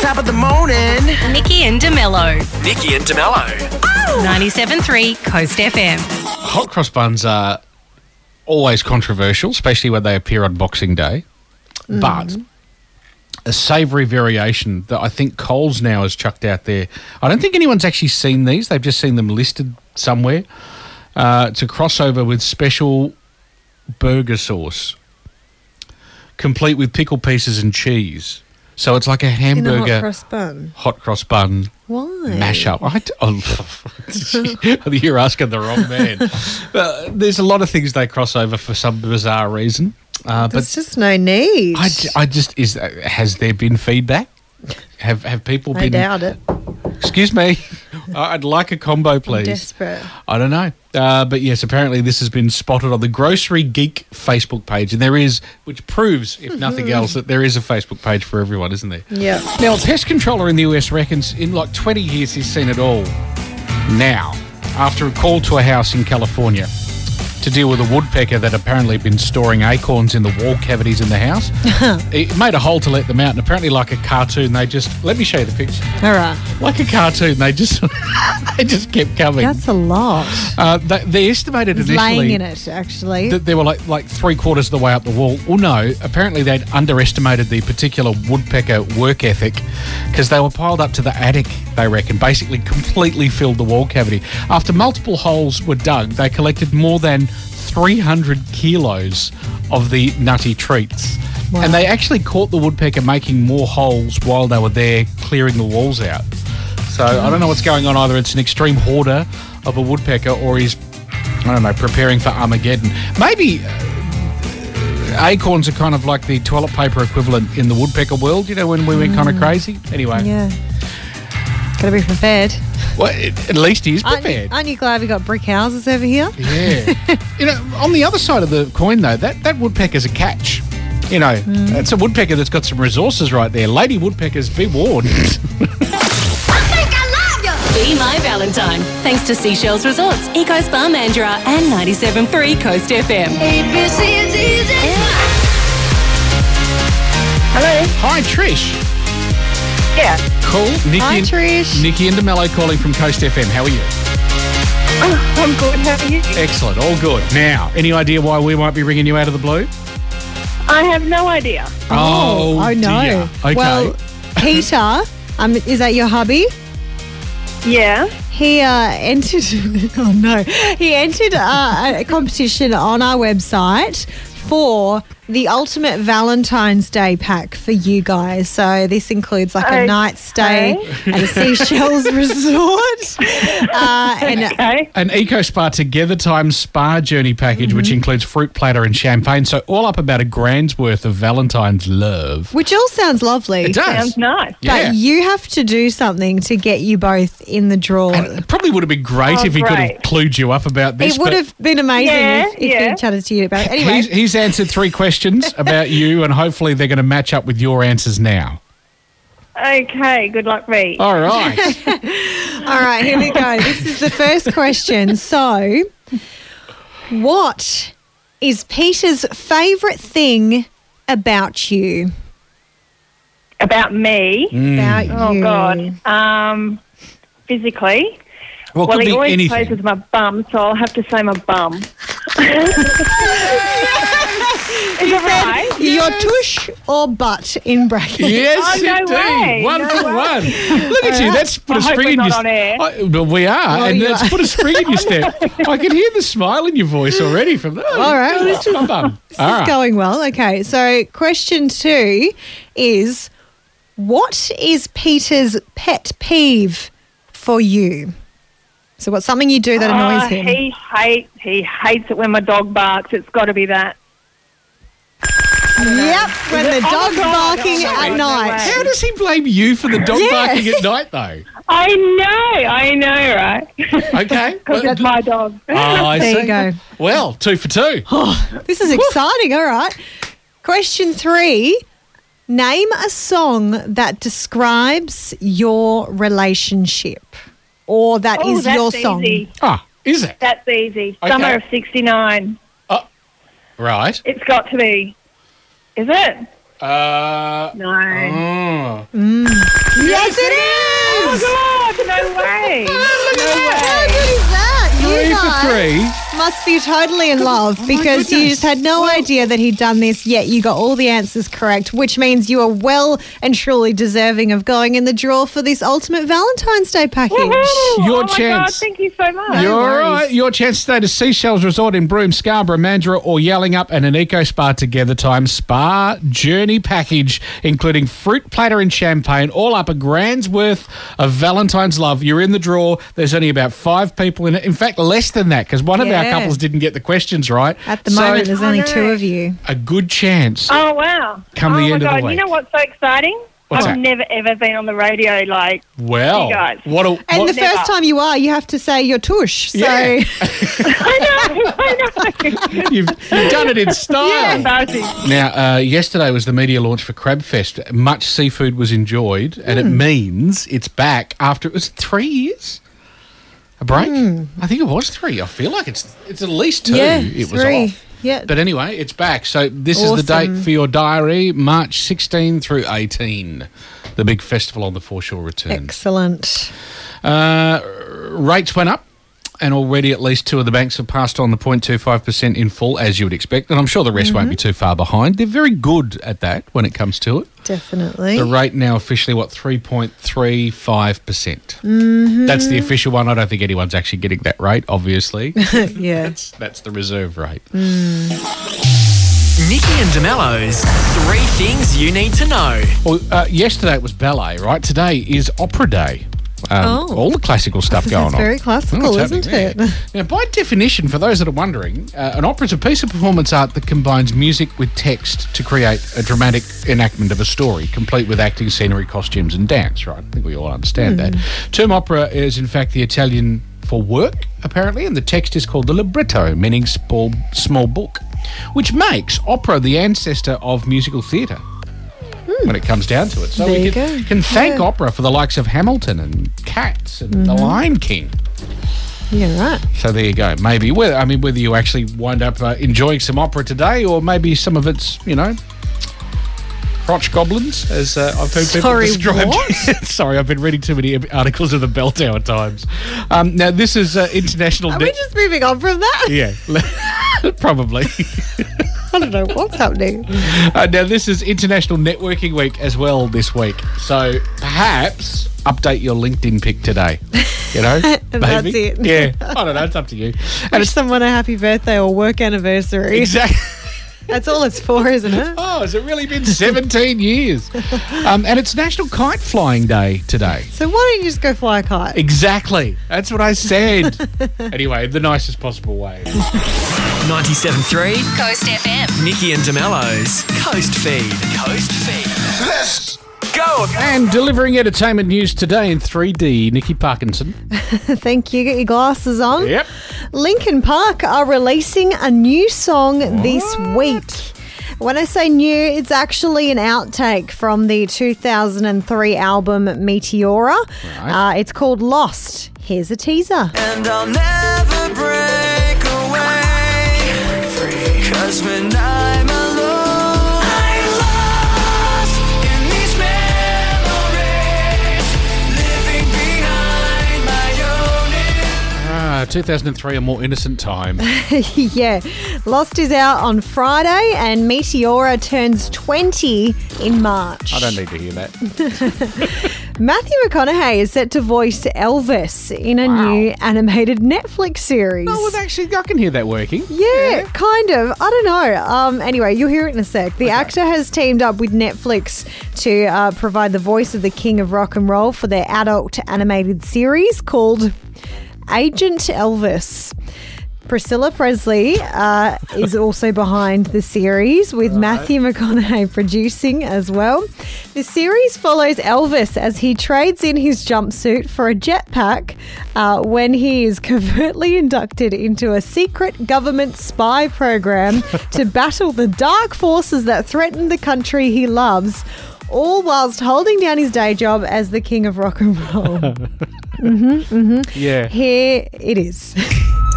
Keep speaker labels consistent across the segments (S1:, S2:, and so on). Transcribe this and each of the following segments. S1: top of the morning.
S2: Nikki and DeMello. Oh!
S3: Nikki and DeMello.
S2: 97.3 Coast FM.
S4: Hot cross buns are always controversial, especially when they appear on Boxing Day.
S5: Mm.
S4: But a savoury variation that I think Coles now has chucked out there. I don't think anyone's actually seen these. They've just seen them listed somewhere. Uh, it's a crossover with special burger sauce, complete with pickle pieces and cheese. So it's like a
S5: In a hot
S4: hamburger
S5: cross bun.
S4: hot cross bun
S5: Why?
S4: mashup. I, d- oh, I think you're asking the wrong man. uh, there's a lot of things they cross over for some bizarre reason. Uh, but
S5: There's just no need.
S4: I, j- I just is has there been feedback? Have have people
S5: I
S4: been?
S5: doubt it.
S4: Excuse me, I- I'd like a combo, please.
S5: Desperate.
S4: I don't know. Uh, but yes, apparently this has been spotted on the Grocery Geek Facebook page. And there is, which proves, if nothing else, that there is a Facebook page for everyone, isn't there?
S5: Mm-hmm. Yeah.
S4: Now, a pest controller in the US reckons in like 20 years he's seen it all. Now, after a call to a house in California to deal with a woodpecker that apparently had been storing acorns in the wall cavities in the house, it made a hole to let them out. And apparently, like a cartoon, they just let me show you the picture.
S5: All right.
S4: Like a cartoon, they just they just kept coming.
S5: That's a lot.
S4: Uh, they, they estimated
S5: He's
S4: initially
S5: laying in it, actually.
S4: that they were like like three quarters of the way up the wall. Well, no, apparently they'd underestimated the particular woodpecker work ethic because they were piled up to the attic. They reckon basically completely filled the wall cavity. After multiple holes were dug, they collected more than 300 kilos of the nutty treats.
S5: Wow.
S4: And they actually caught the woodpecker making more holes while they were there clearing the walls out. So I don't know what's going on either. It's an extreme hoarder of a woodpecker or he's I don't know, preparing for Armageddon. Maybe uh, acorns are kind of like the toilet paper equivalent in the woodpecker world, you know, when we went kind of crazy. Anyway,
S5: Mm. yeah. Gotta be prepared.
S4: well, it, at least he is
S5: Aren't you,
S4: prepared.
S5: aren't you glad we got brick houses over here?
S4: yeah. you know, on the other side of the coin, though, that, that woodpecker's a catch. You know,
S5: Mm.
S4: it's a woodpecker that's got some resources right there. Lady woodpeckers, be warned.
S2: Be my Valentine. Thanks to Seashells Resorts, Eco's Bar Mandurah, and 97.3 Coast FM.
S4: Hello. Hi, Trish.
S6: Yeah,
S4: Cool. Nikki
S5: Hi,
S4: and,
S5: Trish.
S4: Nikki and DeMello calling from Coast FM. How are you?
S6: Oh, I'm good. How are you?
S4: Excellent. All good. Now, any idea why we might be ringing you out of the blue?
S6: I have no idea.
S4: Oh,
S5: oh no.
S4: dear. Okay.
S5: Well, Peter, um, is that your hubby?
S6: Yeah.
S5: He uh, entered. Oh no! He entered uh, a competition on our website for the ultimate Valentine's Day pack for you guys. So this includes like a
S6: Okay.
S5: night stay at a Seashells resort, uh, and
S6: Okay.
S4: an Eco Spa Together Time Spa Journey package,
S6: Mm-hmm.
S4: which includes fruit platter and champagne. So all up about a grand's worth of Valentine's love.
S5: which all sounds lovely.
S4: It does.
S6: Sounds nice.
S4: Yeah.
S5: But you have to do something to get you both in the draw.
S4: And it probably would have been great
S6: Oh,
S4: if he could have
S6: great.
S4: clued you up about this.
S5: it would
S4: but
S5: have been amazing
S6: Yeah,
S5: if, if
S6: yeah.
S5: we chatted to you about it. Anyway,
S4: He's, he's answered three questions about you, and hopefully they're going to match up with your answers now.
S6: Okay. Good luck, me.
S4: All right.
S5: All right, here we go. This is the first question. So, what is Peter's favourite thing about you?
S6: About me.
S5: About
S6: Oh
S5: you.
S6: God. Um, physically.
S4: Well,
S6: Well,
S4: could be
S6: he always plays
S4: anything.
S6: with my bum, so I'll have to say my bum. Is it right?
S5: Your tush or butt in brackets.
S4: Yes,
S6: Oh, no
S4: indeed.
S6: way,
S4: One
S6: no
S4: for
S6: way.
S4: one. Look at you. That's put
S6: I
S4: a
S6: hope
S4: spring
S6: we're
S4: in your
S6: not on air.
S4: I- but we are,
S5: Oh,
S4: and
S5: you
S4: that's
S5: are.
S4: put a spring in your step. I can hear the smile in your voice already from that.
S5: All right, this is-
S4: Well done.
S5: This
S4: All
S5: is
S4: right.
S5: going well. Okay, so question two is what is Peter's pet peeve for you? So, what's something you do that annoys
S6: Oh,
S5: him?
S6: He hates. He hates it when my dog barks. It's got to be that.
S5: Yep, when the
S6: Oh,
S5: dog's
S6: God.
S5: barking
S6: Oh,
S5: at
S6: no
S5: night.
S6: way.
S4: How does he blame you for the dog
S5: Yeah.
S4: barking at night, though?
S6: I know. I know, right?
S4: Okay.
S6: Because that's Uh, my dog.
S4: Oh, I
S5: There you
S4: see.
S5: go.
S4: Well, two for two.
S5: This is exciting. All right. Question three Name a song that describes your relationship or that is
S6: oh, that's
S5: your
S6: easy.
S5: song.
S4: Ah, is it?
S6: That's easy.
S4: Okay.
S6: Summer of '69.
S4: Right.
S6: It's got to be. Is it?
S4: Uh,
S6: No.
S4: oh.
S5: Yes, it is.
S6: Oh my God, no way.
S5: Look
S6: No
S5: at that. How
S6: way.
S5: good is that?
S4: Three
S5: you
S4: for
S5: guys
S4: three.
S5: must be totally
S6: Oh
S5: in love because you
S4: goodness.
S5: just had no idea that he'd done this yet. You got all the answers correct, which means you are well and truly deserving of going in the draw for this ultimate Valentine's Day package.
S6: Woohoo.
S4: Your
S6: oh my God,
S4: chance.
S6: thank you so much.
S4: You're
S5: worries.
S4: all right. Your chance today to Seashells Resort in Broome, Scarborough, Mandurah, or Yelling Up and an Eco Spa Together Time Spa Journey Package, including fruit platter and champagne, all up a grand's worth of Valentine's love. You're in the draw. There's only about five people in it. In fact, less than that, because one of our
S5: Yeah.
S4: couples didn't get the questions right.
S5: At the
S4: So,
S5: moment, there's only
S6: no.
S5: two of you.
S4: a good chance.
S6: Oh wow!
S4: Come
S6: oh
S4: the
S6: my
S4: end of
S6: God.
S4: the
S6: You
S4: week.
S6: know what's so exciting?
S4: What's
S6: I've
S4: that?
S6: never ever been on the radio like.
S4: well,
S6: you guys.
S4: what a.
S5: And
S4: what-
S5: the first
S6: Never.
S5: time you are, you have to say your tush. So
S4: Yeah.
S6: I know, I know.
S4: you've, you've done it in style.
S6: Embarrassing.
S4: Now, uh, yesterday was the media launch for Crabfest. Much seafood was enjoyed, and
S5: Hmm.
S4: it means it's back after it was three years. A break? I think it was three. I feel like it's it's at least two.
S5: Hmm. Yeah,
S4: it was
S5: three.
S4: off.
S5: Yeah.
S4: But anyway, it's back. So this is the date
S5: Awesome.
S4: for your diary, March 16 through 18. The big festival on the foreshore returns.
S5: excellent.
S4: Uh, rates went up, and already at least two of the banks have passed on the 0.25% in full, as you would expect. And I'm sure the rest won't
S5: Mm-hmm.
S4: be too far behind. They're very good at that when it comes to it.
S5: Definitely.
S4: The rate now officially, what, 3.35%? Mm-hmm. That's the official one. I don't think anyone's actually getting that rate, obviously.
S5: yeah.
S4: that's, that's the reserve rate.
S5: Mm.
S1: Nikki and DeMello's three things you need to know.
S4: Well, uh, yesterday it was ballet, right? Today is opera day. Um,
S5: Oh.
S4: All the classical stuff
S5: It's
S4: going on.
S5: very classical,
S4: Mm, it's happening
S5: isn't it?
S4: there. Now, by definition, for those that are wondering, uh, an opera is a piece of performance art that combines music with text to create a dramatic enactment of a story, complete with acting, scenery, costumes, and dance, right? I think we all understand
S5: Hmm.
S4: that. Term opera is, in fact, the Italian for work, apparently, and the text is called the libretto, meaning small, small book, which makes opera the ancestor of musical theatre when it comes down to it. So
S5: There
S4: we
S5: you
S4: can,
S5: go.
S4: can thank
S5: Yeah. Mm-hmm.
S4: opera for the likes of Hamilton and Cats and The Lion King.
S5: Yeah, right.
S4: So there you go. Maybe whether I mean whether you actually wind up uh, enjoying some opera today, or maybe some of it's you know. Crotch goblins, as uh, I've heard
S5: Sorry,
S4: people described. Sorry, I've been reading too many articles of the Bell Tower Times. Um, now, this is uh, international.
S5: Are
S4: Day-
S5: we just moving on from that?
S4: yeah, probably.
S5: I don't know what's happening.
S4: Uh, now, this is International Networking Week as well this week. So perhaps update your LinkedIn pic today. You know?
S5: That's
S4: maybe.
S5: it.
S4: Yeah. I don't know. It's up to you. And
S5: Wish
S4: it's
S5: someone a happy birthday or work anniversary.
S4: exactly.
S5: That's all it's for, isn't it?
S4: Oh, has it really been 17 years? Um, and it's National Kite Flying Day today.
S5: So why don't you just go fly a kite?
S4: Exactly. That's what I said. anyway, the nicest possible way.
S1: 97.3,
S2: Coast FM.
S1: Nikki and DeMello's Coast Feed. Coast Feed. Let's go.
S4: And delivering entertainment news today in 3D, Nikki Parkinson.
S5: Thank you. Get your glasses on.
S4: Yep.
S5: Lincoln Park are releasing a new song this week. When I say new, it's actually an outtake from the 2003 album Meteora.
S4: Right.
S5: Uh, it's called Lost. Here's a teaser.
S1: And I'll never break away. Cause when I'm alone, I'm lost in these memories. Living behind my own
S4: Ah, 2003, a more innocent time.
S5: yeah. Lost is out on Friday and Meteora turns 20 in March.
S4: I don't need to hear that.
S5: Matthew McConaughey is set to voice Elvis in a new animated Netflix series.
S4: Oh, well, actually, I can hear that working.
S5: Yeah, kind of. I don't know. Um, anyway, you'll hear it in a sec. The actor has teamed up with Netflix to uh, provide the voice of the King of Rock and Roll for their adult animated series called Agent Elvis. Priscilla Presley uh, is also behind the series, with Matthew McConaughey producing as well. The series follows Elvis as he trades in his jumpsuit for a jetpack uh, when he is covertly inducted into a secret government spy program to battle the dark forces that threaten the country he loves. All whilst holding down his day job as the king of rock and roll.
S4: Yeah.
S5: Here it is.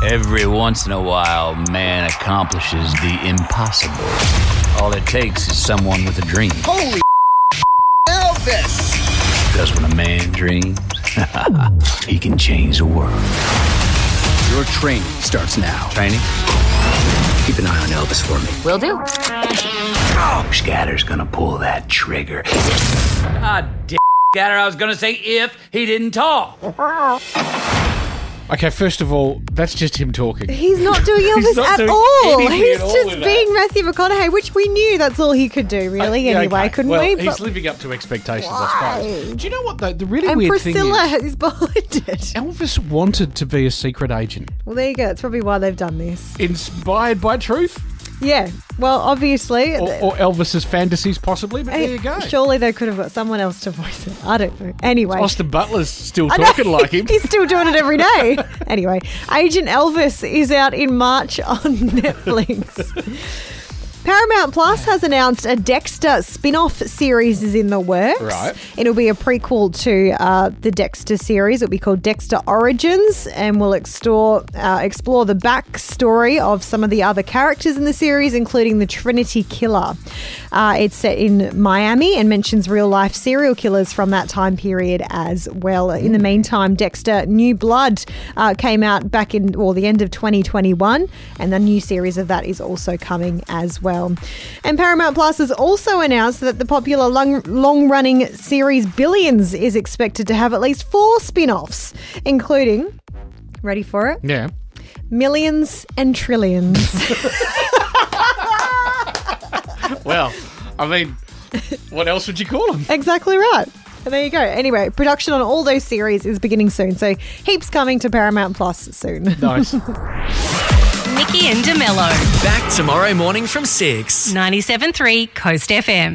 S3: Every once in a while, man accomplishes the impossible. All it takes is someone with a dream. Holy Elvis! Because when a man dreams, he can change the world.
S7: Your training starts now.
S3: Training?
S7: Keep an eye on Elvis for me.
S2: Will do.
S3: Scatter's gonna pull that trigger. Scatter, I was gonna say if he didn't talk.
S4: Okay, first of all, that's just him talking.
S5: He's not doing Elvis
S4: not
S5: at
S4: doing
S5: all.
S4: anything
S5: He's
S4: at all
S5: just
S4: in that.
S5: being Matthew McConaughey, which we knew that's all he could do, really,
S4: Yeah,
S5: anyway,
S4: okay.
S5: couldn't
S4: well,
S5: we?
S4: He's
S5: But-
S4: living up to expectations, I suppose. Do you know what though? The really
S5: and
S4: weird
S5: Priscilla
S4: thing is,
S5: is behind it.
S4: Elvis wanted to be a secret agent,
S5: Well, there you go. That's probably why they've done this.
S4: inspired by truth
S5: Yeah. Well, obviously.
S4: or, or Elvis's fantasies, possibly. But
S5: eh,
S4: there you go.
S5: Surely they could have got someone else to voice it. I don't know. Anyway.
S4: Austin Butler's still
S5: I know.
S4: talking like him.
S5: He's still doing it every day. anyway, Agent Elvis is out in March on Netflix. Paramount Plus has announced a Dexter spin off series is in the works.
S4: Right.
S5: It'll be a prequel to uh, the Dexter series. It'll be called Dexter Origins and will explore, uh, explore the backstory of some of the other characters in the series, including the Trinity Killer. Uh, it's set in Miami and mentions real life serial killers from that time period as well. In the meantime, Dexter New Blood uh, came out back in, well, the end of 2021, and the new series of that is also coming as well. And Paramount Plus has also announced that the popular long running series Billions is expected to have at least four spin offs, including, ready for it,
S4: Yeah.
S5: Millions and Trillions.
S4: Well, I mean, what else would you call him?
S5: Exactly right. And there you go. Anyway, production on all those series is beginning soon, so heaps coming to Paramount Plus soon.
S4: Nice.
S2: Nikki and DeMello.
S7: Back tomorrow morning from 6.
S2: 97.3 Coast FM.